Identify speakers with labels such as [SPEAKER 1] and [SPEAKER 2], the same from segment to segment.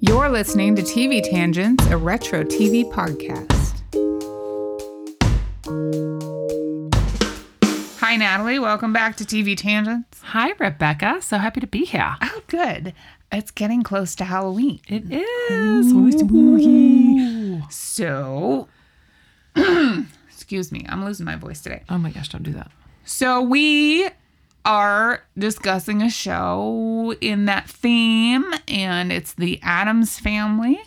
[SPEAKER 1] You're listening to TV Tangents, a retro TV podcast. Hi, Natalie. Welcome back to TV Tangents.
[SPEAKER 2] Hi, Rebecca. So happy to be here.
[SPEAKER 1] Oh, good. It's getting close to Halloween.
[SPEAKER 2] It is so spooky.
[SPEAKER 1] So, excuse me, I'm losing my voice today.
[SPEAKER 2] Oh my gosh, don't do that.
[SPEAKER 1] So, we are discussing a show in that theme, and it's The Adams Family.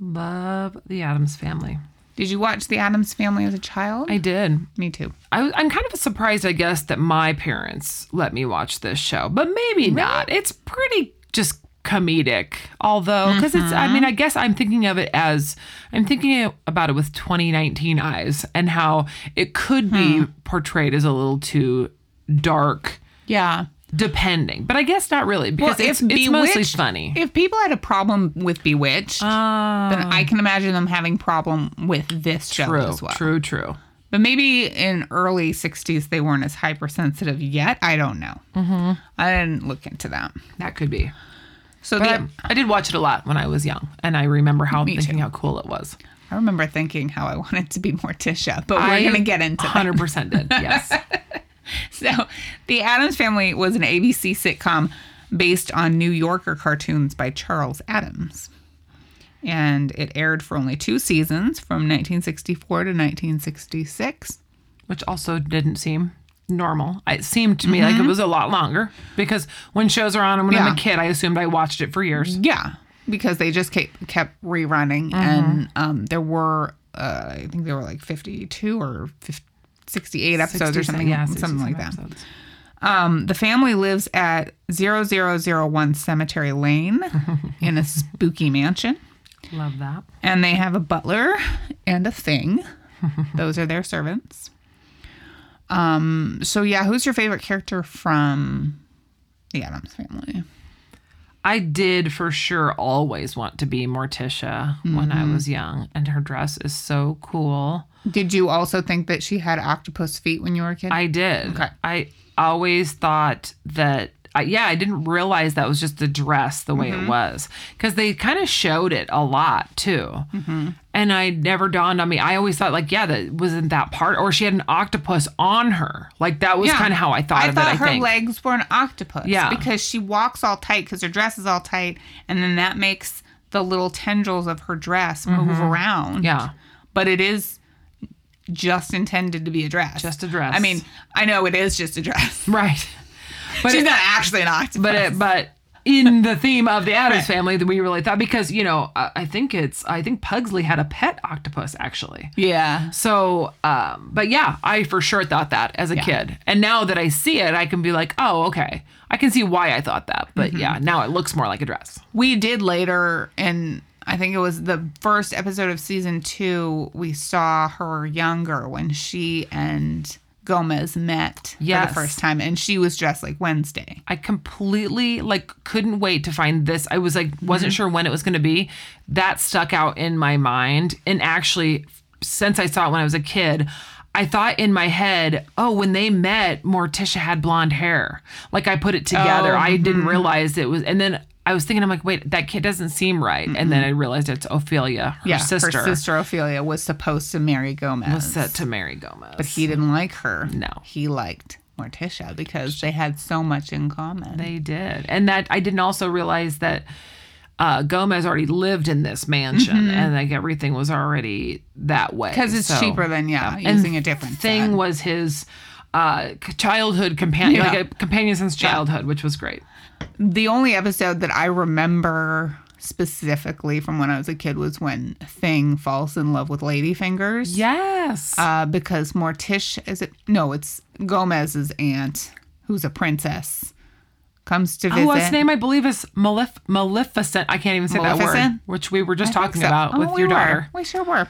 [SPEAKER 2] Love the Adams family.
[SPEAKER 1] Did you watch The Adams Family as a child?
[SPEAKER 2] I did.
[SPEAKER 1] me too.
[SPEAKER 2] I, I'm kind of surprised, I guess, that my parents let me watch this show, but maybe not. It's pretty just comedic, although, because it's, I mean, I guess I'm thinking of it as, I'm thinking about it with 2019 eyes and how it could be portrayed as a little too dark,
[SPEAKER 1] Yeah.
[SPEAKER 2] depending, but I guess not really because it's, it's mostly
[SPEAKER 1] Bewitched-
[SPEAKER 2] funny. Oh.
[SPEAKER 1] If people had a problem with Bewitched, then I can imagine them having problem with this show
[SPEAKER 2] True,
[SPEAKER 1] as well.
[SPEAKER 2] true, true.
[SPEAKER 1] But maybe in early '60s they weren't as hypersensitive yet. I don't know. Mm-hmm. I didn't look into that.
[SPEAKER 2] That could be.
[SPEAKER 1] So
[SPEAKER 2] But
[SPEAKER 1] the,
[SPEAKER 2] I, I did watch it a lot when I was young, and I remember how
[SPEAKER 1] Me
[SPEAKER 2] thinking how cool it was.
[SPEAKER 1] I remember thinking how I wanted to be Morticia, but we're
[SPEAKER 2] I
[SPEAKER 1] gonna get into that.
[SPEAKER 2] 100% did. Yes.
[SPEAKER 1] So, The Adams Family was an ABC sitcom based on New Yorker cartoons by Charles Adams. And it aired for only two seasons from 1964 to 1966.
[SPEAKER 2] Which also didn't seem normal. It seemed to me like it was a lot longer because when shows are on and when I'm
[SPEAKER 1] Mm-hmm. Yeah.
[SPEAKER 2] a kid, I assumed I watched it for years.
[SPEAKER 1] Yeah, because they just kept, kept rerunning.
[SPEAKER 2] Uh-huh.
[SPEAKER 1] And um, there were, uh, I think there were like 52 or 50, 68 episodes or
[SPEAKER 2] 60
[SPEAKER 1] something,
[SPEAKER 2] yeah,
[SPEAKER 1] something
[SPEAKER 2] 60
[SPEAKER 1] like that.
[SPEAKER 2] episodes.
[SPEAKER 1] Um, the family lives at 0001 Cemetery Lane in a spooky mansion.
[SPEAKER 2] Love that.
[SPEAKER 1] and they have a butler and a thing. Those are their servants. Um. So yeah, who's your favorite character from the Adams Family?
[SPEAKER 2] I did for sure always want to be Morticia when
[SPEAKER 1] Mm-hmm.
[SPEAKER 2] I was young, and her dress is so cool.
[SPEAKER 1] Did you also think that she had octopus feet when you were a kid?
[SPEAKER 2] I did.
[SPEAKER 1] Okay.
[SPEAKER 2] I always thought that. I, yeah, I didn't realize that was just the dress the way
[SPEAKER 1] Mm-hmm.
[SPEAKER 2] it was because they kind of showed it a lot too,
[SPEAKER 1] Mm-hmm.
[SPEAKER 2] and I never dawned on me. I always thought like, yeah, that wasn't that part, or she had an octopus on her. Like that was kind of how I thought
[SPEAKER 1] I
[SPEAKER 2] of
[SPEAKER 1] thought
[SPEAKER 2] it.
[SPEAKER 1] her
[SPEAKER 2] I think.
[SPEAKER 1] legs were an octopus.
[SPEAKER 2] Yeah.
[SPEAKER 1] Because she walks all tight because her dress is all tight, and then that makes the little tendrils of her dress move around.
[SPEAKER 2] Mm-hmm. Yeah.
[SPEAKER 1] But it is just intended to be a dress.
[SPEAKER 2] Just a dress.
[SPEAKER 1] I mean, I know it is just a dress.
[SPEAKER 2] right. But
[SPEAKER 1] She's
[SPEAKER 2] it-
[SPEAKER 1] not actually an octopus.
[SPEAKER 2] but it, but in the theme of the Addams family, that we really thought because you know I, I think it's I think Pugsley had a pet octopus actually.
[SPEAKER 1] yeah.
[SPEAKER 2] So, um, but yeah, I for sure thought that as a kid. And now that I see it, I can be like, oh, okay. I can see why I thought that. But yeah, now it looks more like a dress.
[SPEAKER 1] We did later, and I think it was the first episode of season two, we saw her younger when she and Gomez met for
[SPEAKER 2] Yes.
[SPEAKER 1] the first time, and she was dressed like Wednesday.
[SPEAKER 2] I completely like couldn't wait to find this. I was like, wasn't
[SPEAKER 1] Mm-hmm.
[SPEAKER 2] sure when it was going to be. That stuck out in my mind. And actually, since I saw it when I was a kid, I thought in my head, oh, when they met, Morticia had blonde hair. Like I put it together.
[SPEAKER 1] Oh,
[SPEAKER 2] I didn't realize it was. And then I was thinking, I'm like, wait, that kid doesn't seem right. And then I realized it's Ophelia, her
[SPEAKER 1] yeah,
[SPEAKER 2] sister,
[SPEAKER 1] her sister Ophelia was supposed to marry Gomez.
[SPEAKER 2] set to marry Gomez.
[SPEAKER 1] but he didn't like her.
[SPEAKER 2] No.
[SPEAKER 1] He liked Morticia because they had so much in common.
[SPEAKER 2] They did. And that I didn't also realize that uh, Gomez already lived in this mansion and like everything was already that way.
[SPEAKER 1] Because Mm-hmm. it's
[SPEAKER 2] So-
[SPEAKER 1] cheaper than, yeah,
[SPEAKER 2] And
[SPEAKER 1] using a different
[SPEAKER 2] thing
[SPEAKER 1] set.
[SPEAKER 2] was his uh, c- childhood companion,
[SPEAKER 1] Yeah.
[SPEAKER 2] like a companion since childhood, which was great.
[SPEAKER 1] the only episode that I remember specifically from when I was a kid was when Thing falls in love with Ladyfingers.
[SPEAKER 2] Yes.
[SPEAKER 1] Uh, because Morticia is it? No, it's Gomez's aunt, who's a princess, comes to visit.
[SPEAKER 2] Oh, his name I believe is Malef- Maleficent. I can't even say that word,
[SPEAKER 1] Maleficent?
[SPEAKER 2] which we were just
[SPEAKER 1] I think
[SPEAKER 2] talking
[SPEAKER 1] so.
[SPEAKER 2] about
[SPEAKER 1] Oh,
[SPEAKER 2] with
[SPEAKER 1] we
[SPEAKER 2] your
[SPEAKER 1] were.
[SPEAKER 2] daughter.
[SPEAKER 1] We sure were. Um,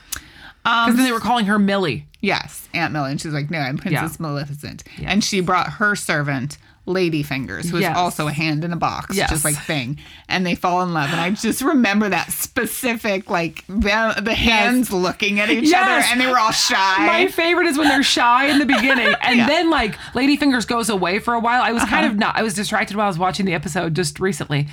[SPEAKER 2] Because then they were calling her Millie.
[SPEAKER 1] Yes, Aunt Millie. And she's like, no, I'm Princess Maleficent. And she brought her servant, Ladyfingers, who is
[SPEAKER 2] Yes.
[SPEAKER 1] also a hand in a box,
[SPEAKER 2] Yes.
[SPEAKER 1] just like Thing. And they fall in love. And I just remember that specific, like the, the hands looking at each
[SPEAKER 2] Yes.
[SPEAKER 1] other and they were all shy.
[SPEAKER 2] My favorite is when they're shy in the beginning, and then like Ladyfingers goes away for a while.
[SPEAKER 1] Uh-huh.
[SPEAKER 2] I was kind of not. I was distracted while I was watching the episode just recently,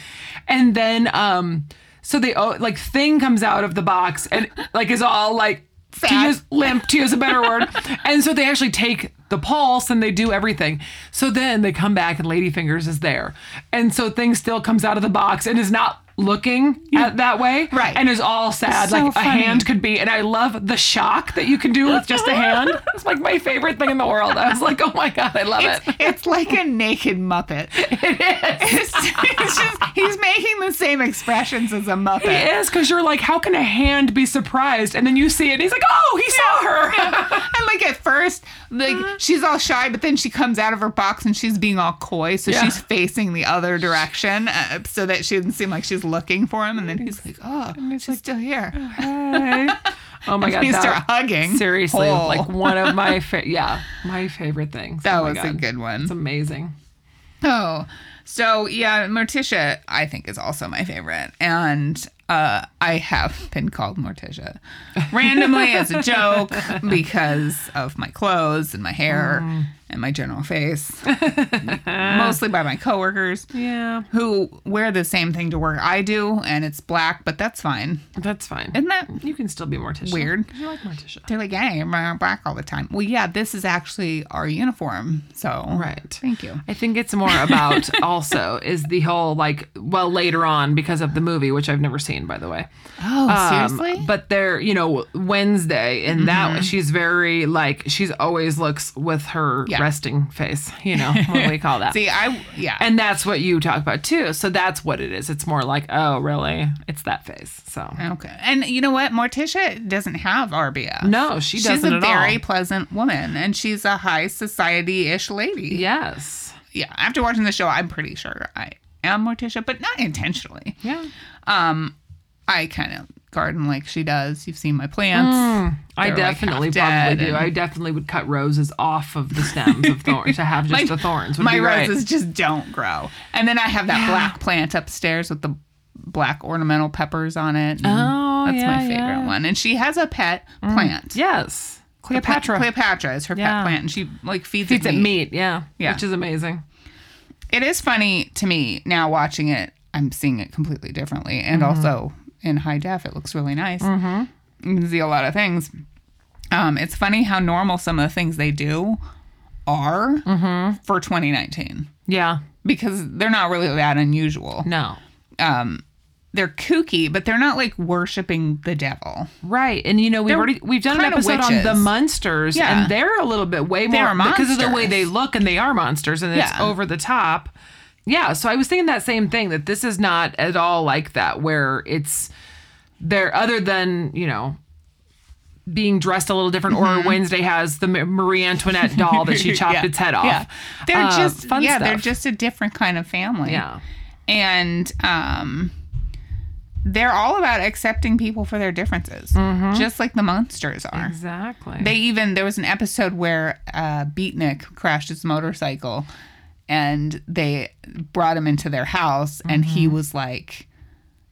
[SPEAKER 2] and then um, So they oh, like thing comes out of the box and like is all like to
[SPEAKER 1] Fat.
[SPEAKER 2] use limp to use a better word. And so they actually take the pulse and they do everything. So then they come back and Ladyfingers is there. And so thing still comes out of the box and is not looking at that way.
[SPEAKER 1] Right.
[SPEAKER 2] And is all sad.
[SPEAKER 1] So
[SPEAKER 2] like
[SPEAKER 1] funny.
[SPEAKER 2] a hand could be. And I love the shock that you can do with just a hand. It's like my favorite thing in the world. I was like, oh my God, I love it.
[SPEAKER 1] It's, it's like a naked Muppet. It's just- he's making the same expressions as a Muppet.
[SPEAKER 2] It is because you're like, how can a hand be surprised? And then you see it, and he's like, oh, he saw her.
[SPEAKER 1] And like at first, like
[SPEAKER 2] Uh-huh.
[SPEAKER 1] she's all shy, but then she comes out of her box and she's being all coy, so
[SPEAKER 2] Yeah.
[SPEAKER 1] she's facing the other direction uh, so that she doesn't seem like she's looking for him. And then he's like, "Oh, she's still here."
[SPEAKER 2] Hey. Oh my god,
[SPEAKER 1] They
[SPEAKER 2] that-
[SPEAKER 1] start hugging.
[SPEAKER 2] Seriously,
[SPEAKER 1] Oh.
[SPEAKER 2] like one of my fa- yeah, my favorite things.
[SPEAKER 1] That
[SPEAKER 2] Oh my
[SPEAKER 1] was a
[SPEAKER 2] God.
[SPEAKER 1] good one.
[SPEAKER 2] It's amazing.
[SPEAKER 1] Oh, so yeah, Morticia, I think, is also my favorite. And uh, I have been called Morticia randomly as a joke because of my clothes and my hair and my general face, mostly by my coworkers
[SPEAKER 2] Yeah,
[SPEAKER 1] who wear the same thing to work I do, and it's black, but that's fine.
[SPEAKER 2] that's fine.
[SPEAKER 1] Isn't that
[SPEAKER 2] you can still be Morticia.
[SPEAKER 1] Weird.
[SPEAKER 2] You like Morticia,
[SPEAKER 1] they're like, hey, I'm wearing black all the time. Well, yeah, this is actually our uniform. So,
[SPEAKER 2] right?
[SPEAKER 1] Thank you.
[SPEAKER 2] I think it's more about also is the whole like well later on because of the movie which I've never seen by the way.
[SPEAKER 1] Oh,
[SPEAKER 2] Um,
[SPEAKER 1] seriously? Mm-hmm.
[SPEAKER 2] But they're, you know, Wednesday, and that she's very like she's always looks with her
[SPEAKER 1] Yeah.
[SPEAKER 2] resting face. You know what we call that.
[SPEAKER 1] See, I, yeah.
[SPEAKER 2] and that's what you talk about too. So that's what it is. It's more like, oh, really? It's that face. So
[SPEAKER 1] Okay. And you know what? Morticia doesn't have RBF.
[SPEAKER 2] no, she doesn't
[SPEAKER 1] She's a
[SPEAKER 2] at
[SPEAKER 1] very
[SPEAKER 2] all.
[SPEAKER 1] pleasant woman and she's a high society ish lady.
[SPEAKER 2] Yes.
[SPEAKER 1] Yeah. After watching the show, I'm pretty sure I am Morticia, but not intentionally. Um,
[SPEAKER 2] Yeah.
[SPEAKER 1] I kind of garden like she does. You've seen my plants. They're,
[SPEAKER 2] I
[SPEAKER 1] like,
[SPEAKER 2] definitely
[SPEAKER 1] half dead
[SPEAKER 2] probably do.
[SPEAKER 1] and-
[SPEAKER 2] I definitely would cut roses off of the stems of thorns to have just the thorns. Would
[SPEAKER 1] my
[SPEAKER 2] be right.
[SPEAKER 1] roses just don't grow. And then I have that black plant upstairs with the black ornamental peppers on it. and
[SPEAKER 2] Oh,
[SPEAKER 1] that's
[SPEAKER 2] yeah,
[SPEAKER 1] my favorite
[SPEAKER 2] yeah. Mm.
[SPEAKER 1] one. And she has a pet plant. The
[SPEAKER 2] Yes.
[SPEAKER 1] pet-
[SPEAKER 2] Cleopatra.
[SPEAKER 1] Cleopatra is her
[SPEAKER 2] Yeah.
[SPEAKER 1] pet plant, and she like feeds,
[SPEAKER 2] Feeds
[SPEAKER 1] it
[SPEAKER 2] it
[SPEAKER 1] meat.
[SPEAKER 2] meat. Yeah.
[SPEAKER 1] Yeah.
[SPEAKER 2] Which is amazing.
[SPEAKER 1] it is funny to me now watching it. I'm seeing it completely differently, and
[SPEAKER 2] Mm-hmm.
[SPEAKER 1] also in high def, it looks really nice. You can see a lot of things. Um, it's funny how normal some of the things they do are
[SPEAKER 2] Mm-hmm.
[SPEAKER 1] for 2019
[SPEAKER 2] Yeah.
[SPEAKER 1] because they're not really that unusual. Um,
[SPEAKER 2] No.
[SPEAKER 1] They're kooky, but they're not like worshiping the devil.
[SPEAKER 2] Right, and you know we've
[SPEAKER 1] They're
[SPEAKER 2] already we've done an
[SPEAKER 1] kinda
[SPEAKER 2] episode
[SPEAKER 1] witches.
[SPEAKER 2] on the monsters,
[SPEAKER 1] Yeah.
[SPEAKER 2] and they're a little bit way more
[SPEAKER 1] They're
[SPEAKER 2] because of the way
[SPEAKER 1] monsters.
[SPEAKER 2] they look, and they are monsters, and it's
[SPEAKER 1] Yeah.
[SPEAKER 2] over the top. Yeah, so I was thinking that same thing that this is not at all like that, where it's there other than you know being dressed a little different, or Wednesday has the Ma- Marie Antoinette doll that she chopped
[SPEAKER 1] Mm-hmm. Yeah.
[SPEAKER 2] its head off.
[SPEAKER 1] Yeah. They're
[SPEAKER 2] Uh,
[SPEAKER 1] just
[SPEAKER 2] fun
[SPEAKER 1] yeah, they're
[SPEAKER 2] stuff.
[SPEAKER 1] just a different kind of family.
[SPEAKER 2] yeah,
[SPEAKER 1] and um, they're all about accepting people for their differences, just like the monsters are.
[SPEAKER 2] exactly.
[SPEAKER 1] They even there was an episode where uh, Beatnik crashed his motorcycle, and they brought him into their house, and he
[SPEAKER 2] Mm-hmm.
[SPEAKER 1] was like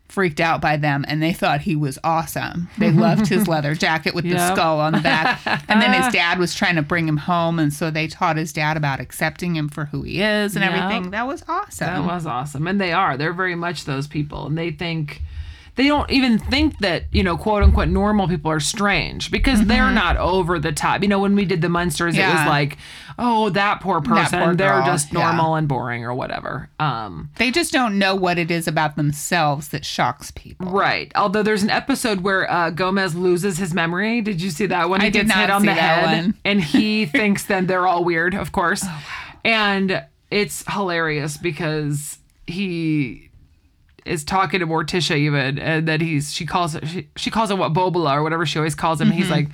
[SPEAKER 1] freaked out by them and they thought he was awesome. They loved his leather jacket with the
[SPEAKER 2] Yep.
[SPEAKER 1] skull on the back. and then his dad was trying to bring him home and so they taught his dad about accepting him for who he is and
[SPEAKER 2] Yep.
[SPEAKER 1] everything. That was awesome.
[SPEAKER 2] That was awesome. And they are. They're very much those people. And they think they don't even think that, you know, quote unquote normal people are strange because they're not over the top. You know, when we did the Munsters, it
[SPEAKER 1] Mm-hmm. Yeah.
[SPEAKER 2] was like, oh, that poor person.
[SPEAKER 1] poor
[SPEAKER 2] they're
[SPEAKER 1] girl.
[SPEAKER 2] just
[SPEAKER 1] Yeah.
[SPEAKER 2] normal and boring or whatever. Um
[SPEAKER 1] They just don't know what it is about themselves that shocks people.
[SPEAKER 2] Right. Although there's an episode where uh, Gomez loses his memory. Did you see that one?
[SPEAKER 1] I
[SPEAKER 2] He
[SPEAKER 1] did
[SPEAKER 2] gets
[SPEAKER 1] not
[SPEAKER 2] hit on
[SPEAKER 1] see
[SPEAKER 2] the
[SPEAKER 1] that
[SPEAKER 2] head,
[SPEAKER 1] one. Oh,
[SPEAKER 2] and he thinks then they're all weird, of course. And it's hilarious because he is talking to Morticia even, and then he's she calls it she, she calls him what Bobola or whatever she always calls him.
[SPEAKER 1] Mm-hmm.
[SPEAKER 2] And he's like,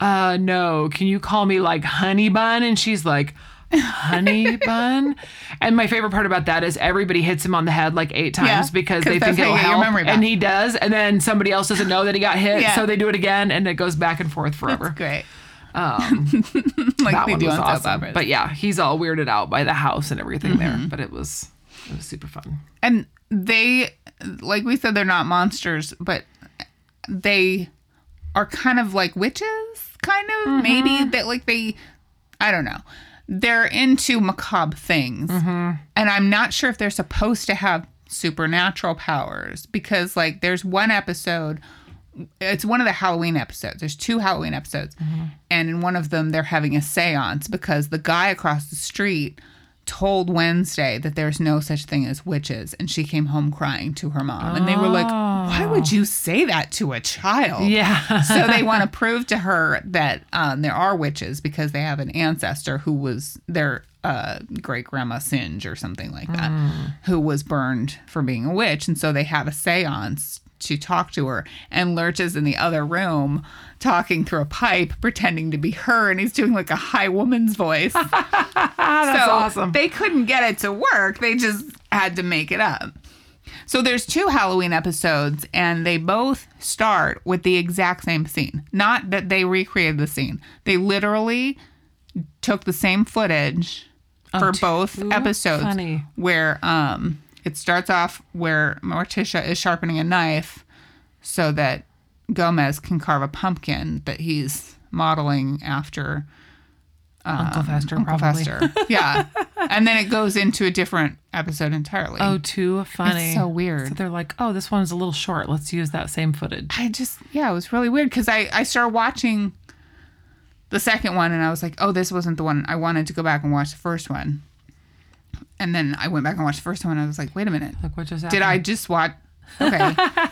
[SPEAKER 2] "Uh, no, can you call me like Honey Bun?" And she's like. Honey bun, and my favorite part about that is everybody hits him on the head like eight times
[SPEAKER 1] Yeah,
[SPEAKER 2] because
[SPEAKER 1] 'cause
[SPEAKER 2] they
[SPEAKER 1] that's
[SPEAKER 2] think
[SPEAKER 1] how you
[SPEAKER 2] it'll
[SPEAKER 1] get your
[SPEAKER 2] help,
[SPEAKER 1] memory back.
[SPEAKER 2] and he does, and then somebody else doesn't know that he got hit,
[SPEAKER 1] Yeah.
[SPEAKER 2] so they do it again, and it goes back and forth forever.
[SPEAKER 1] Great. like
[SPEAKER 2] Um, That
[SPEAKER 1] they
[SPEAKER 2] one
[SPEAKER 1] do
[SPEAKER 2] was
[SPEAKER 1] on soap
[SPEAKER 2] awesome.
[SPEAKER 1] operas.
[SPEAKER 2] But yeah, he's all weirded out by the house and everything there, but it was it was super fun.
[SPEAKER 1] and they like we said they're not monsters but they are kind of like witches kind of maybe that like they i don't know they're into macabre things and i'm not sure if they're supposed to have supernatural powers because like there's one episode it's one of the Halloween episodes. There's two Halloween episodes. And in one of them they're having a séance because the guy across the street told Wednesday that there's no such thing as witches and she came home crying to her mom. And they were like, "Why would you say that to a child?"
[SPEAKER 2] Yeah.
[SPEAKER 1] so they want to prove to her that um, there are witches because they have an ancestor who was their uh, great grandma Singe or something like that, who was burned for being a witch. And so they have a seance to talk to her. And Lurch is in the other room talking through a pipe, pretending to be her. And he's doing like a high woman's voice.
[SPEAKER 2] That's
[SPEAKER 1] so
[SPEAKER 2] awesome.
[SPEAKER 1] They couldn't get it to work, they just had to make it up. So there's two Halloween episodes, and they both start with the exact same scene. Not that they recreated the scene. They literally took the same footage for both
[SPEAKER 2] too
[SPEAKER 1] episodes
[SPEAKER 2] funny.
[SPEAKER 1] where um it starts off where Morticia is sharpening a knife so that Gomez can carve a pumpkin that he's modeling after
[SPEAKER 2] Uncle Fester,
[SPEAKER 1] Uncle Fester. Yeah. and then it goes into a different episode entirely.
[SPEAKER 2] Oh, too funny.
[SPEAKER 1] It's so weird.
[SPEAKER 2] So they're like, oh, this one's a little short. Let's use that same footage.
[SPEAKER 1] I just yeah, it was really weird because I I started watching the second one and I was like, oh, this wasn't the one I wanted to go back and watch the first one. And then I went back and watched the first one. And I was like, wait a minute,
[SPEAKER 2] Like, what just
[SPEAKER 1] did I
[SPEAKER 2] happened?
[SPEAKER 1] just watch? Okay,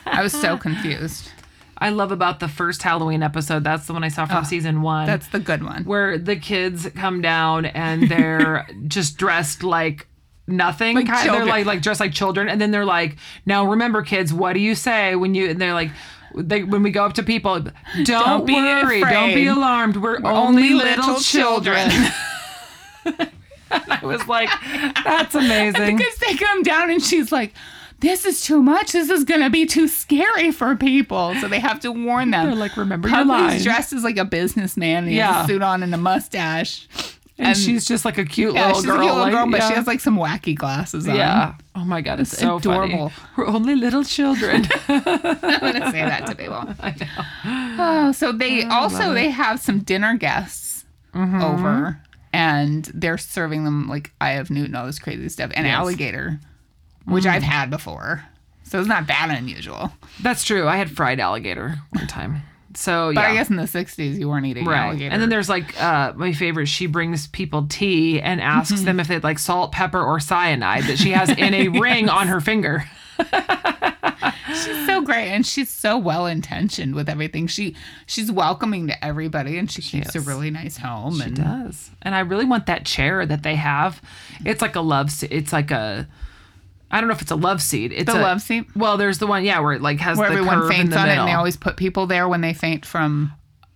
[SPEAKER 1] I was so confused.
[SPEAKER 2] I love about the first Halloween episode. That's the one I saw from season one.
[SPEAKER 1] That's the good one.
[SPEAKER 2] where the kids come down and they're just dressed like nothing. Kind- they're
[SPEAKER 1] children.
[SPEAKER 2] like like dressed like children, and then they're like, "Now remember, kids, what do you say when you?" And they're like. They, when we go up to people, don't,
[SPEAKER 1] be
[SPEAKER 2] worry, don't be
[SPEAKER 1] afraid.
[SPEAKER 2] alarmed. We're, only, little, children. I was like, that's amazing.
[SPEAKER 1] because they come down and she's like. This is too much. This is gonna be too scary for people. So they have to warn them.
[SPEAKER 2] They're like, remember your
[SPEAKER 1] Pugsley's
[SPEAKER 2] lines.
[SPEAKER 1] dressed as like a businessman. And he
[SPEAKER 2] Yeah.
[SPEAKER 1] has a suit on and a mustache.
[SPEAKER 2] and, she's just like a cute
[SPEAKER 1] Yeah,
[SPEAKER 2] little
[SPEAKER 1] she's
[SPEAKER 2] girl.
[SPEAKER 1] a cute little
[SPEAKER 2] like,
[SPEAKER 1] girl, but she
[SPEAKER 2] yeah.
[SPEAKER 1] has like some wacky glasses on.
[SPEAKER 2] yeah. Oh my god, it's, so adorable.
[SPEAKER 1] adorable.
[SPEAKER 2] We're only little children.
[SPEAKER 1] I'm gonna say that to people. Oh, so they also they have some dinner guests
[SPEAKER 2] Mm-hmm.
[SPEAKER 1] over, and they're serving them like Eye of Newton, all this crazy stuff, and alligator,
[SPEAKER 2] Mm.
[SPEAKER 1] which I've had before. So it's not that unusual.
[SPEAKER 2] That's true. I had fried alligator one time. So yeah.
[SPEAKER 1] But I guess in the '60s you weren't eating
[SPEAKER 2] Right.
[SPEAKER 1] alligator.
[SPEAKER 2] And then there's like uh, my favorite. She brings people tea and asks them if they'd like salt, pepper, or cyanide that she has in a ring on her finger.
[SPEAKER 1] she's so great, and she's so well intentioned with everything. She she's welcoming to everybody, and she, keeps a
[SPEAKER 2] is.
[SPEAKER 1] really nice home. and
[SPEAKER 2] does. And I really want that chair that they have. It's like a love. se- It's like a. I don't know if it's a love seat. It's
[SPEAKER 1] The
[SPEAKER 2] a,
[SPEAKER 1] love seat?
[SPEAKER 2] Well, there's the one, yeah, where it like has
[SPEAKER 1] where
[SPEAKER 2] the
[SPEAKER 1] everyone
[SPEAKER 2] curve in
[SPEAKER 1] faints
[SPEAKER 2] the
[SPEAKER 1] on it,
[SPEAKER 2] middle.
[SPEAKER 1] and they always put people there when they faint from.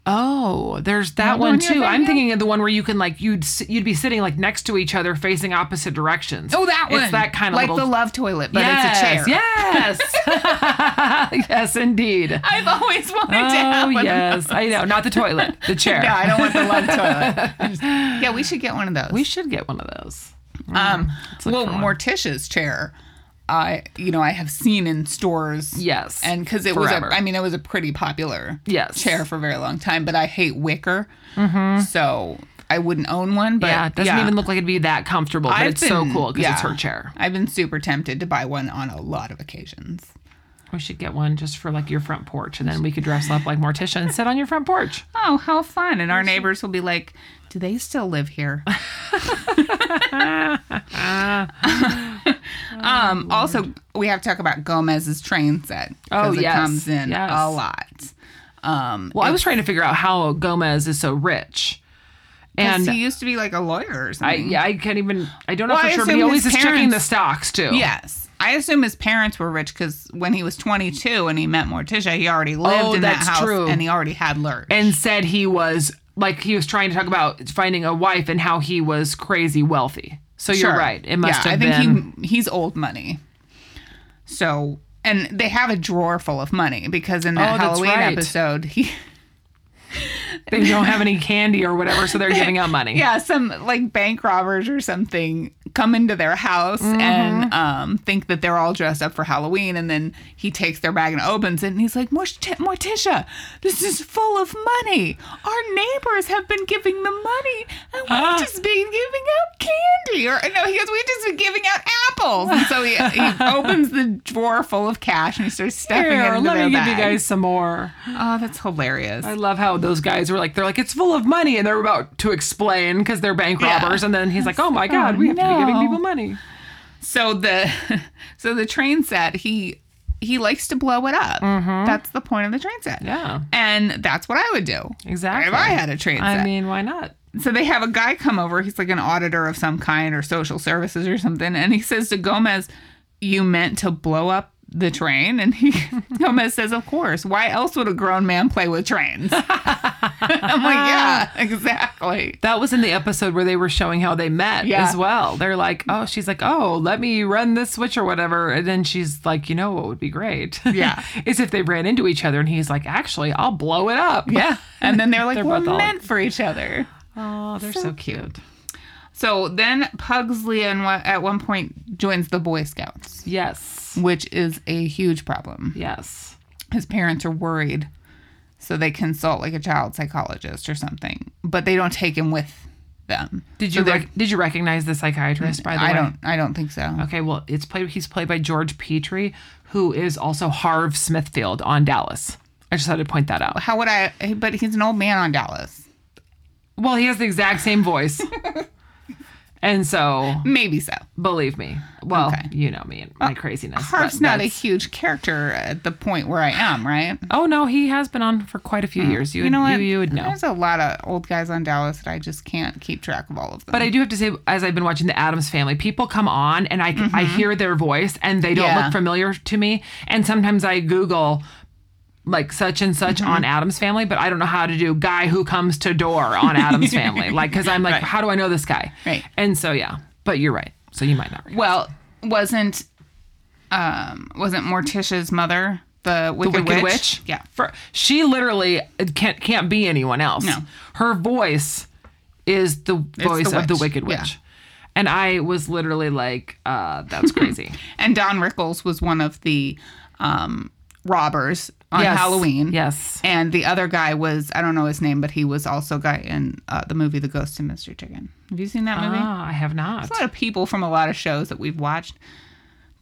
[SPEAKER 2] Oh, there's that
[SPEAKER 1] the
[SPEAKER 2] one
[SPEAKER 1] one you're
[SPEAKER 2] too. I'm
[SPEAKER 1] thinking?
[SPEAKER 2] thinking of the one where you can like you'd s- you'd be sitting like next to each other, facing opposite directions. It's Oh, that kind of
[SPEAKER 1] like
[SPEAKER 2] little
[SPEAKER 1] the love toilet, but it's a chair.
[SPEAKER 2] Yes. yes, indeed.
[SPEAKER 1] I've always wanted to have
[SPEAKER 2] Oh,
[SPEAKER 1] one.
[SPEAKER 2] yes. I know. Not the toilet, the chair.
[SPEAKER 1] No, I don't want the love toilet. yeah, we should get one of those.
[SPEAKER 2] We should get one of those.
[SPEAKER 1] um,
[SPEAKER 2] look
[SPEAKER 1] well,
[SPEAKER 2] for one.
[SPEAKER 1] Morticia's chair, I you know I have seen in stores.
[SPEAKER 2] Yes.
[SPEAKER 1] and because it
[SPEAKER 2] Forever.
[SPEAKER 1] was, a, I mean, it was a pretty popular
[SPEAKER 2] Yes.
[SPEAKER 1] chair for a very long time. But I hate wicker, so I wouldn't own one. But
[SPEAKER 2] Mm-hmm. yeah, it doesn't even look like it'd be that comfortable, but
[SPEAKER 1] I've
[SPEAKER 2] it's so
[SPEAKER 1] been-
[SPEAKER 2] cool because it's
[SPEAKER 1] yeah.
[SPEAKER 2] her chair.
[SPEAKER 1] I've been super tempted to buy one on a lot of occasions.
[SPEAKER 2] We should get one just for like your front porch, and then we could dress up like Morticia and sit on your front porch.
[SPEAKER 1] Oh, how fun. And our neighbors will be like, do they still live here?
[SPEAKER 2] Oh,
[SPEAKER 1] um, also, we have to talk about Gomez's train set. 'cause
[SPEAKER 2] Oh, yes,
[SPEAKER 1] It comes in
[SPEAKER 2] yes.
[SPEAKER 1] a lot. Um,
[SPEAKER 2] Well, I was trying to figure out how Gomez is so rich.
[SPEAKER 1] 'cause
[SPEAKER 2] And
[SPEAKER 1] he used to be like a lawyer or
[SPEAKER 2] I,
[SPEAKER 1] something.
[SPEAKER 2] yeah, I can't even, I don't know
[SPEAKER 1] Well,
[SPEAKER 2] for
[SPEAKER 1] I
[SPEAKER 2] sure, but he
[SPEAKER 1] assume
[SPEAKER 2] always
[SPEAKER 1] his
[SPEAKER 2] is checking the
[SPEAKER 1] parents-
[SPEAKER 2] stocks too.
[SPEAKER 1] Yes. I assume his parents were rich because when he was 22 and he met Morticia, he already lived
[SPEAKER 2] Oh,
[SPEAKER 1] in
[SPEAKER 2] that's
[SPEAKER 1] that house
[SPEAKER 2] true.
[SPEAKER 1] and he already had Lurch.
[SPEAKER 2] and said he was like he was trying to talk about finding a wife and how he was crazy wealthy. So you're
[SPEAKER 1] Sure.
[SPEAKER 2] right. It must
[SPEAKER 1] yeah, I
[SPEAKER 2] have
[SPEAKER 1] think
[SPEAKER 2] been.
[SPEAKER 1] he he's old money. So and they have a drawer full of money because in that
[SPEAKER 2] Oh, that's
[SPEAKER 1] Halloween
[SPEAKER 2] right.
[SPEAKER 1] episode he
[SPEAKER 2] they don't have any candy or whatever, so they're giving out money.
[SPEAKER 1] yeah, some like bank robbers or something come into their house
[SPEAKER 2] Mm-hmm.
[SPEAKER 1] and um, think that they're all dressed up for Halloween. And then he takes their bag and opens it. And he's like, "Mort- Morticia, this is full of money. Our neighbors have been giving them money. And we've
[SPEAKER 2] Ah.
[SPEAKER 1] just been giving out candy. Or no, he goes, we've just been giving out apples. And so he, he opens the drawer full of cash and he starts stuffing it
[SPEAKER 2] Here,
[SPEAKER 1] into
[SPEAKER 2] let
[SPEAKER 1] their
[SPEAKER 2] me give you
[SPEAKER 1] bag.
[SPEAKER 2] guys some more.
[SPEAKER 1] Oh, that's hilarious.
[SPEAKER 2] I love how those guys were like, they're like, it's full of money, and they're about to explain because they're bank
[SPEAKER 1] Yeah.
[SPEAKER 2] robbers, and then he's like, oh my god, we have to be giving
[SPEAKER 1] no.
[SPEAKER 2] people money.
[SPEAKER 1] so the so the train set he he likes to blow it up that's the point of the train set
[SPEAKER 2] Mm-hmm. Yeah.
[SPEAKER 1] and that's what i would do
[SPEAKER 2] Exactly.
[SPEAKER 1] if i had a train set
[SPEAKER 2] I mean, why not?
[SPEAKER 1] so they have a guy come over he's like an auditor of some kind or social services or something and he says to gomez you meant to blow up the train and he gomez says of course why else would a grown man play with trains i'm like yeah exactly
[SPEAKER 2] That was in the episode where they were showing how they met
[SPEAKER 1] Yeah.
[SPEAKER 2] as well. They're like, oh, she's like, oh, let me run this switch or whatever. And then she's like, you know what would be great?
[SPEAKER 1] Yeah.
[SPEAKER 2] is if they ran into each other and he's like, actually, I'll blow it up.
[SPEAKER 1] yeah and then they're like
[SPEAKER 2] They're
[SPEAKER 1] we're
[SPEAKER 2] both all-
[SPEAKER 1] meant for each other
[SPEAKER 2] Oh, they're so, cute.
[SPEAKER 1] So then Pugsley and wa- at one point joins the Boy Scouts,
[SPEAKER 2] Yes.
[SPEAKER 1] which is a huge problem.
[SPEAKER 2] Yes.
[SPEAKER 1] His parents are worried, so they consult like a child psychologist or something, but they don't take him with them.
[SPEAKER 2] Did
[SPEAKER 1] So
[SPEAKER 2] you
[SPEAKER 1] they're-
[SPEAKER 2] rec- did you recognize the psychiatrist by the way?
[SPEAKER 1] I don't. I don't think so.
[SPEAKER 2] Okay, well, it's played. He's played by George Petrie, who is also Harv Smithfield on Dallas. I just had to point that out.
[SPEAKER 1] How would I? But he's an old man on Dallas.
[SPEAKER 2] Well, he has the exact same voice, and so
[SPEAKER 1] Maybe so.
[SPEAKER 2] believe me. Well,
[SPEAKER 1] Okay.
[SPEAKER 2] you know me and my craziness.
[SPEAKER 1] Harv's
[SPEAKER 2] but
[SPEAKER 1] not a
[SPEAKER 2] that's-
[SPEAKER 1] huge character at the point where I am, right?
[SPEAKER 2] e- Oh no, he has been on for quite a few years. Mm. You,
[SPEAKER 1] You know what?
[SPEAKER 2] You, you would know.
[SPEAKER 1] There's a lot of old guys on Dallas that I just can't keep track of all of them.
[SPEAKER 2] But I do have to say, as I've been watching the Adams Family, people come on and I c- I hear their voice and they don't
[SPEAKER 1] Yeah.
[SPEAKER 2] look familiar to me. And sometimes I Google like such and such on Adams Family, but I don't know how to do guy who comes to door on Adams Family. Like, because I'm like, how do I know this guy?
[SPEAKER 1] Right.
[SPEAKER 2] And so yeah, but you're right. So you might not. Recognize.
[SPEAKER 1] Well, wasn't um wasn't Morticia's mother the Wicked,
[SPEAKER 2] The Wicked
[SPEAKER 1] Witch?
[SPEAKER 2] Witch.
[SPEAKER 1] Yeah.
[SPEAKER 2] For, she literally uh, can't can't be anyone else.
[SPEAKER 1] No.
[SPEAKER 2] Her voice is the voice of the
[SPEAKER 1] witch.
[SPEAKER 2] Wicked Witch.
[SPEAKER 1] Yeah.
[SPEAKER 2] And I was literally like, uh, that's crazy.
[SPEAKER 1] And Don Rickles was one of the um robbers on
[SPEAKER 2] Yes,
[SPEAKER 1] Halloween.
[SPEAKER 2] Yes.
[SPEAKER 1] And the other guy was I don't know his name, but he was also a guy in uh, the movie The Ghost and Mr. Chicken. Have you seen that movie?
[SPEAKER 2] Ah, I have not.
[SPEAKER 1] There's a lot of people from a lot of shows that we've watched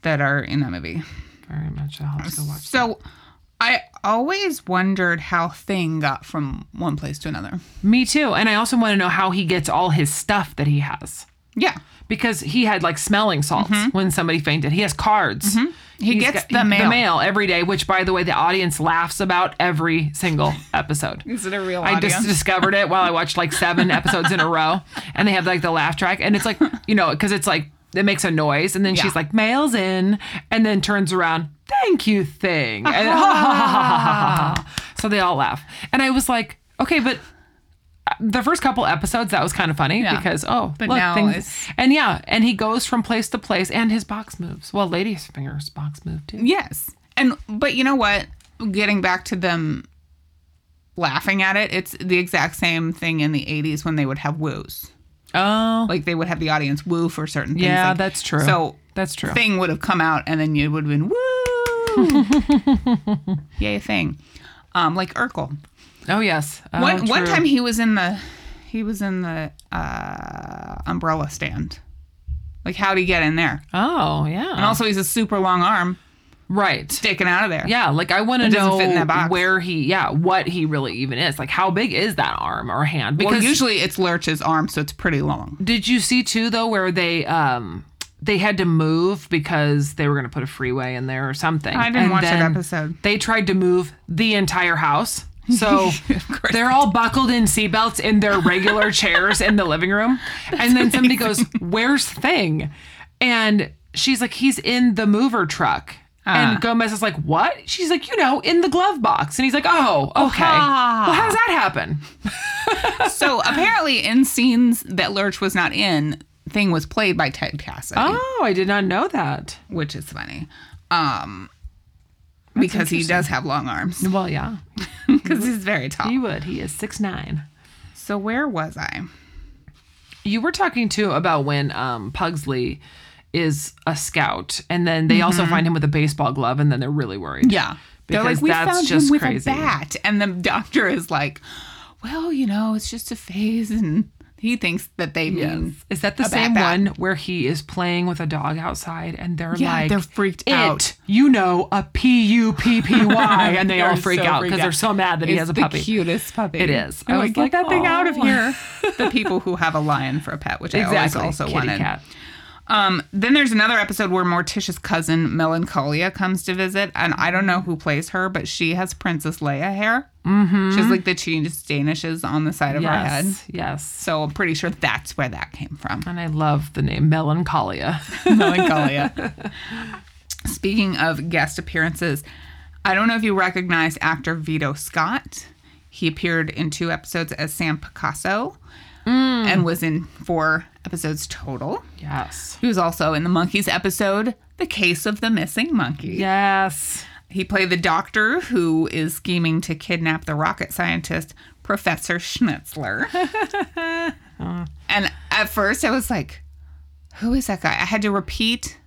[SPEAKER 1] that are in that movie.
[SPEAKER 2] Very much. I'll have to go watch.
[SPEAKER 1] So I always wondered how Thing got from one place to another.
[SPEAKER 2] Me too. And I also want to know how he gets all his stuff that he has.
[SPEAKER 1] Yeah.
[SPEAKER 2] Because he had like smelling salts when somebody fainted. He has cards.
[SPEAKER 1] Mm-hmm. He
[SPEAKER 2] He's
[SPEAKER 1] gets
[SPEAKER 2] got-
[SPEAKER 1] the mail.
[SPEAKER 2] the mail every day, which by the way, the audience laughs about every single episode.
[SPEAKER 1] Is it a real
[SPEAKER 2] I just discovered it while I watched like seven episodes in a row, and they have like the laugh track, and it's like you know because it's like it makes a noise, and then
[SPEAKER 1] Yeah.
[SPEAKER 2] she's like mails in, and then turns around, thank you thing, and, so they all laugh, and I was like, okay, but uh, the first couple episodes that was kind of funny
[SPEAKER 1] Yeah.
[SPEAKER 2] because oh,
[SPEAKER 1] But
[SPEAKER 2] look,
[SPEAKER 1] now
[SPEAKER 2] things,
[SPEAKER 1] it's-
[SPEAKER 2] and yeah, and he goes from place to place, and his box moves. Well, lady's fingers box moved too.
[SPEAKER 1] Yes. And but you know what? Getting back to them laughing at it, it's the exact same thing in the 80s when they would have woos.
[SPEAKER 2] Oh,
[SPEAKER 1] Like they would have the audience woo for certain things.
[SPEAKER 2] yeah,
[SPEAKER 1] Like,
[SPEAKER 2] that's true.
[SPEAKER 1] So
[SPEAKER 2] that's true.
[SPEAKER 1] thing would have come out and then you would have been woo. Yay thing. Um like Urkel.
[SPEAKER 2] oh yes, oh,
[SPEAKER 1] One one
[SPEAKER 2] true.
[SPEAKER 1] time he was in the he was in the uh umbrella stand. Like how'd he get in there?
[SPEAKER 2] Oh yeah.
[SPEAKER 1] And also he's a super long arm
[SPEAKER 2] Right.
[SPEAKER 1] sticking out of there.
[SPEAKER 2] Yeah, like I want to
[SPEAKER 1] doesn't
[SPEAKER 2] know
[SPEAKER 1] fit in that box.
[SPEAKER 2] where he, yeah, what he really even is. Like, how big is that arm or hand? Because
[SPEAKER 1] Well, usually it's Lurch's arm, so it's pretty long.
[SPEAKER 2] did you see too though where they um they had to move because they were going to put a freeway in there or something.
[SPEAKER 1] I didn't
[SPEAKER 2] And
[SPEAKER 1] watch that
[SPEAKER 2] then
[SPEAKER 1] episode.
[SPEAKER 2] They tried to move the entire house. So
[SPEAKER 1] course.
[SPEAKER 2] they're all buckled in seatbelts in their regular chairs in the living room. And then somebody goes, Where's Thing? And she's like, He's in the mover truck.
[SPEAKER 1] Ah.
[SPEAKER 2] And Gomez is like, What? She's like, You know, in the glove box. And he's like, Oh, okay.
[SPEAKER 1] Ah.
[SPEAKER 2] Well, how's that happen?
[SPEAKER 1] So apparently, in scenes that Lurch was not in, Thing was played by Ted Cassidy,
[SPEAKER 2] Oh, I did not know that.
[SPEAKER 1] which is funny. Um, because he does have long arms,
[SPEAKER 2] Well, yeah.
[SPEAKER 1] because he's very
[SPEAKER 2] He
[SPEAKER 1] tall.
[SPEAKER 2] would. He is six nine.
[SPEAKER 1] So where was I?
[SPEAKER 2] You were talking too about when um, Pugsley is a scout, and then they also find him with a baseball glove, and then they're really worried.
[SPEAKER 1] Mm-hmm. Yeah. They're
[SPEAKER 2] Because
[SPEAKER 1] like, we
[SPEAKER 2] that's
[SPEAKER 1] found
[SPEAKER 2] just
[SPEAKER 1] him with
[SPEAKER 2] crazy.
[SPEAKER 1] a bat. And the doctor is like, well, you know, it's just a phase. And he thinks that they mean.
[SPEAKER 2] Is that the
[SPEAKER 1] A
[SPEAKER 2] same
[SPEAKER 1] bat
[SPEAKER 2] one where he is playing with a dog outside and they're
[SPEAKER 1] Yeah,
[SPEAKER 2] like,
[SPEAKER 1] they're freaked
[SPEAKER 2] it,
[SPEAKER 1] out.
[SPEAKER 2] You know, a P U P P Y, and they
[SPEAKER 1] They're
[SPEAKER 2] all freak
[SPEAKER 1] so
[SPEAKER 2] out
[SPEAKER 1] freaked
[SPEAKER 2] because they're so mad that he
[SPEAKER 1] It's
[SPEAKER 2] has a
[SPEAKER 1] the
[SPEAKER 2] puppy.
[SPEAKER 1] cutest puppy.
[SPEAKER 2] It is.
[SPEAKER 1] I'm
[SPEAKER 2] I
[SPEAKER 1] like,
[SPEAKER 2] was
[SPEAKER 1] get
[SPEAKER 2] like,
[SPEAKER 1] that thing out of
[SPEAKER 2] "Aw."
[SPEAKER 1] here. the people who have a lion for a pet, which I always
[SPEAKER 2] Exactly.
[SPEAKER 1] also
[SPEAKER 2] Oh, Kitty
[SPEAKER 1] wanted.
[SPEAKER 2] cat.
[SPEAKER 1] Um, then there's another episode where Morticia's cousin Melancholia comes to visit, and I don't know who plays her, but she has Princess Leia hair. Mm-hmm. She's like the cheese danishes on the side of her head.
[SPEAKER 2] Yes. Yes.
[SPEAKER 1] So I'm pretty sure that's where that came from.
[SPEAKER 2] And I love the name Melancholia.
[SPEAKER 1] Melancholia. Speaking of guest appearances, I don't know if you recognize actor Vito Scott. He appeared in two episodes as Sam Picasso and was in four episodes total.
[SPEAKER 2] yes.
[SPEAKER 1] He was also in the Monkeys episode, The Case of the Missing Monkey.
[SPEAKER 2] Yes.
[SPEAKER 1] He played the doctor who is scheming to kidnap the rocket scientist, Professor Schnitzler. and at first I was like, who is that guy? I had to repeat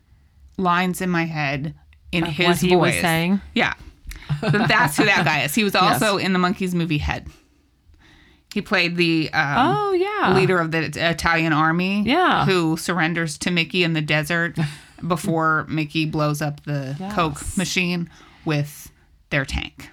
[SPEAKER 1] lines in my head in his
[SPEAKER 2] what he was
[SPEAKER 1] voice.
[SPEAKER 2] saying?
[SPEAKER 1] Yeah. So that's who that guy is. He was also in the Monkeys movie Head. He played the um,
[SPEAKER 2] Oh, yeah.
[SPEAKER 1] leader of the Italian army.
[SPEAKER 2] Yeah.
[SPEAKER 1] Who surrenders to Mickey in the desert before Mickey blows up the Coke
[SPEAKER 2] Yes.
[SPEAKER 1] machine with their tank.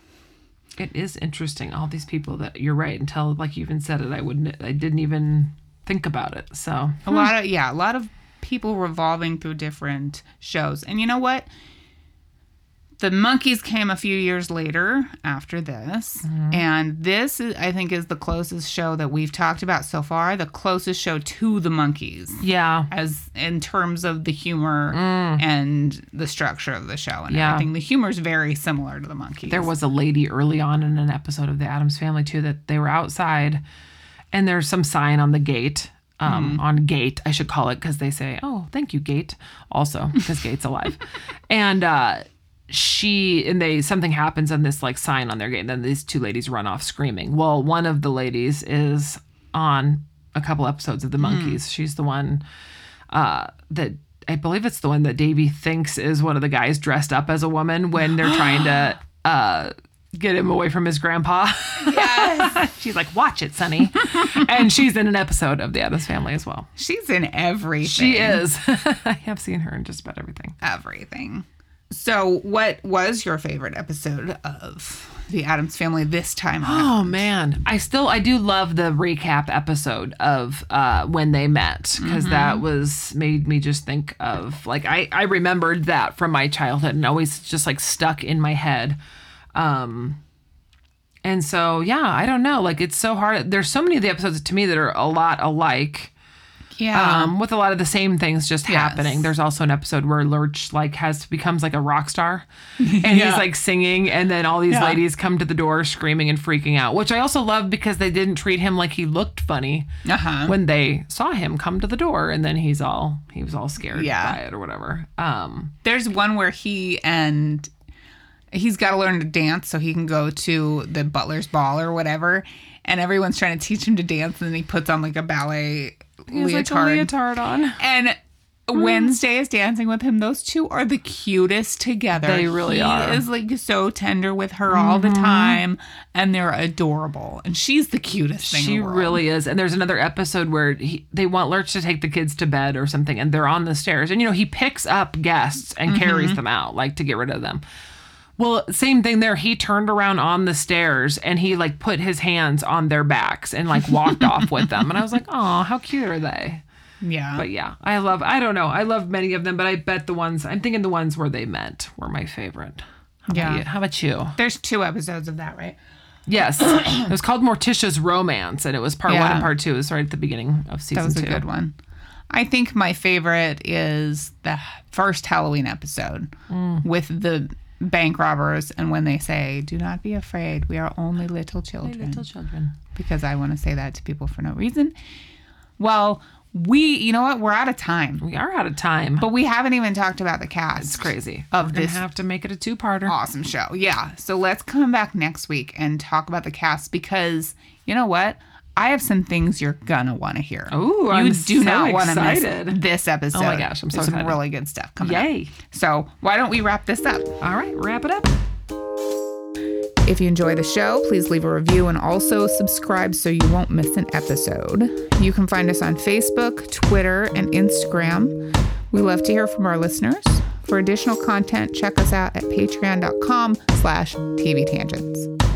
[SPEAKER 2] It is interesting. All these people that you're right. Until like you even said it, I wouldn't. I didn't even think about it. So
[SPEAKER 1] A lot of yeah, a lot of people revolving through different shows. And you know what? The monkeys came a few years later after this,
[SPEAKER 2] Mm-hmm.
[SPEAKER 1] and this is, I think is the closest show that we've talked about so far, the closest show to the monkeys.
[SPEAKER 2] yeah,
[SPEAKER 1] as in terms of the humor and the structure of the show and
[SPEAKER 2] Mm. Yeah.
[SPEAKER 1] everything. The humor is very similar to the monkeys.
[SPEAKER 2] there was a lady early on in an episode of the Adams Family too that they were outside, and there's some sign on the gate. Um, on gate, I should call it because they say, "Oh, thank you, gate." Also, because gate's alive, and uh, she and they something happens on this like sign on their gate. And then these two ladies run off screaming. Well, one of the ladies is on a couple episodes of the Monkeys. She's the one uh, that I believe it's the one that Davy thinks is one of the guys dressed up as a woman when they're trying to uh, get him away from his grandpa. she's like, "Watch it, Sonny," and she's in an episode of The Addams Family as well.
[SPEAKER 1] She's in everything.
[SPEAKER 2] She is. I have seen her in just about everything.
[SPEAKER 1] everything. So, what was your favorite episode of The Adams Family this time? around?
[SPEAKER 2] Oh man, I still I do love the recap episode of uh, when they met because that was made me just think of like I I remembered that from my childhood and always just like stuck in my head. Um, and so yeah, I don't know. Like it's so hard. There's so many of the episodes to me that are a lot alike.
[SPEAKER 1] yeah.
[SPEAKER 2] um, with a lot of the same things just happening. There's also an episode where Lurch like has becomes like a rock star, and
[SPEAKER 1] Yeah.
[SPEAKER 2] he's like singing, and then all these
[SPEAKER 1] Yeah.
[SPEAKER 2] ladies come to the door screaming and freaking out, which I also love because they didn't treat him like he looked funny
[SPEAKER 1] uh huh.
[SPEAKER 2] when they saw him come to the door, and then he's all he was all scared
[SPEAKER 1] Yeah.
[SPEAKER 2] by it or whatever. Um,
[SPEAKER 1] There's one where he and he's got to learn to dance so he can go to the butler's ball or whatever. And everyone's trying to teach him to dance, and then he puts on like a ballet
[SPEAKER 2] he has like a leotard on.
[SPEAKER 1] And
[SPEAKER 2] Hmm.
[SPEAKER 1] Wednesday is dancing with him. Those two are the cutest together.
[SPEAKER 2] They really
[SPEAKER 1] he
[SPEAKER 2] are. Mm-hmm.
[SPEAKER 1] Is like so tender with her all the time, and they're adorable. And she's the cutest thing. in
[SPEAKER 2] She
[SPEAKER 1] the world.
[SPEAKER 2] really is. And there's another episode where he, they want Lurch to take the kids to bed or something, and they're on the stairs. And, you know, he picks up guests and carries them out, like to get rid of them. Well, same thing there. He turned around on the stairs and he, like, put his hands on their backs and, like, walked off with them. And I was like, oh, how cute are they?
[SPEAKER 1] yeah.
[SPEAKER 2] But yeah, I love, I don't know. I love many of them, but I bet the ones, I'm thinking the ones where they met were my favorite. How about
[SPEAKER 1] Yeah.
[SPEAKER 2] you? How about you?
[SPEAKER 1] There's two episodes of that, right?
[SPEAKER 2] Yes. it was called Morticia's Romance, and it was part one
[SPEAKER 1] Yeah.
[SPEAKER 2] and part two. It was right at the beginning of season
[SPEAKER 1] That was
[SPEAKER 2] two.
[SPEAKER 1] a good one. I think my favorite is the first Halloween episode
[SPEAKER 2] Mm.
[SPEAKER 1] with the bank robbers and when they say, "Do not be afraid. We are only little children."
[SPEAKER 2] Little children.
[SPEAKER 1] because I want to say that to people for no reason. Well, we, you know what? We're out of time,
[SPEAKER 2] We are out of time.
[SPEAKER 1] but we haven't even talked about the cast.
[SPEAKER 2] it's crazy.
[SPEAKER 1] Of
[SPEAKER 2] We're gonna
[SPEAKER 1] this-
[SPEAKER 2] have to make it a two-parter.
[SPEAKER 1] Awesome show. Yeah. So let's come back next week and talk about the cast because you know what? I have some things you're gonna want to hear.
[SPEAKER 2] Ooh,
[SPEAKER 1] you
[SPEAKER 2] I'm
[SPEAKER 1] do
[SPEAKER 2] so
[SPEAKER 1] not wanna miss
[SPEAKER 2] excited.
[SPEAKER 1] this episode.
[SPEAKER 2] Oh my gosh, I'm so
[SPEAKER 1] There's some
[SPEAKER 2] excited.
[SPEAKER 1] really good stuff coming. up.
[SPEAKER 2] Yay.
[SPEAKER 1] So why don't we wrap this up?
[SPEAKER 2] All right, wrap it up.
[SPEAKER 1] If you enjoy the show, please leave a review and also subscribe so you won't miss an episode. You can find us on Facebook, Twitter, and Instagram. We love to hear from our listeners. For additional content, check us out at patreon.com slash TV Tangents.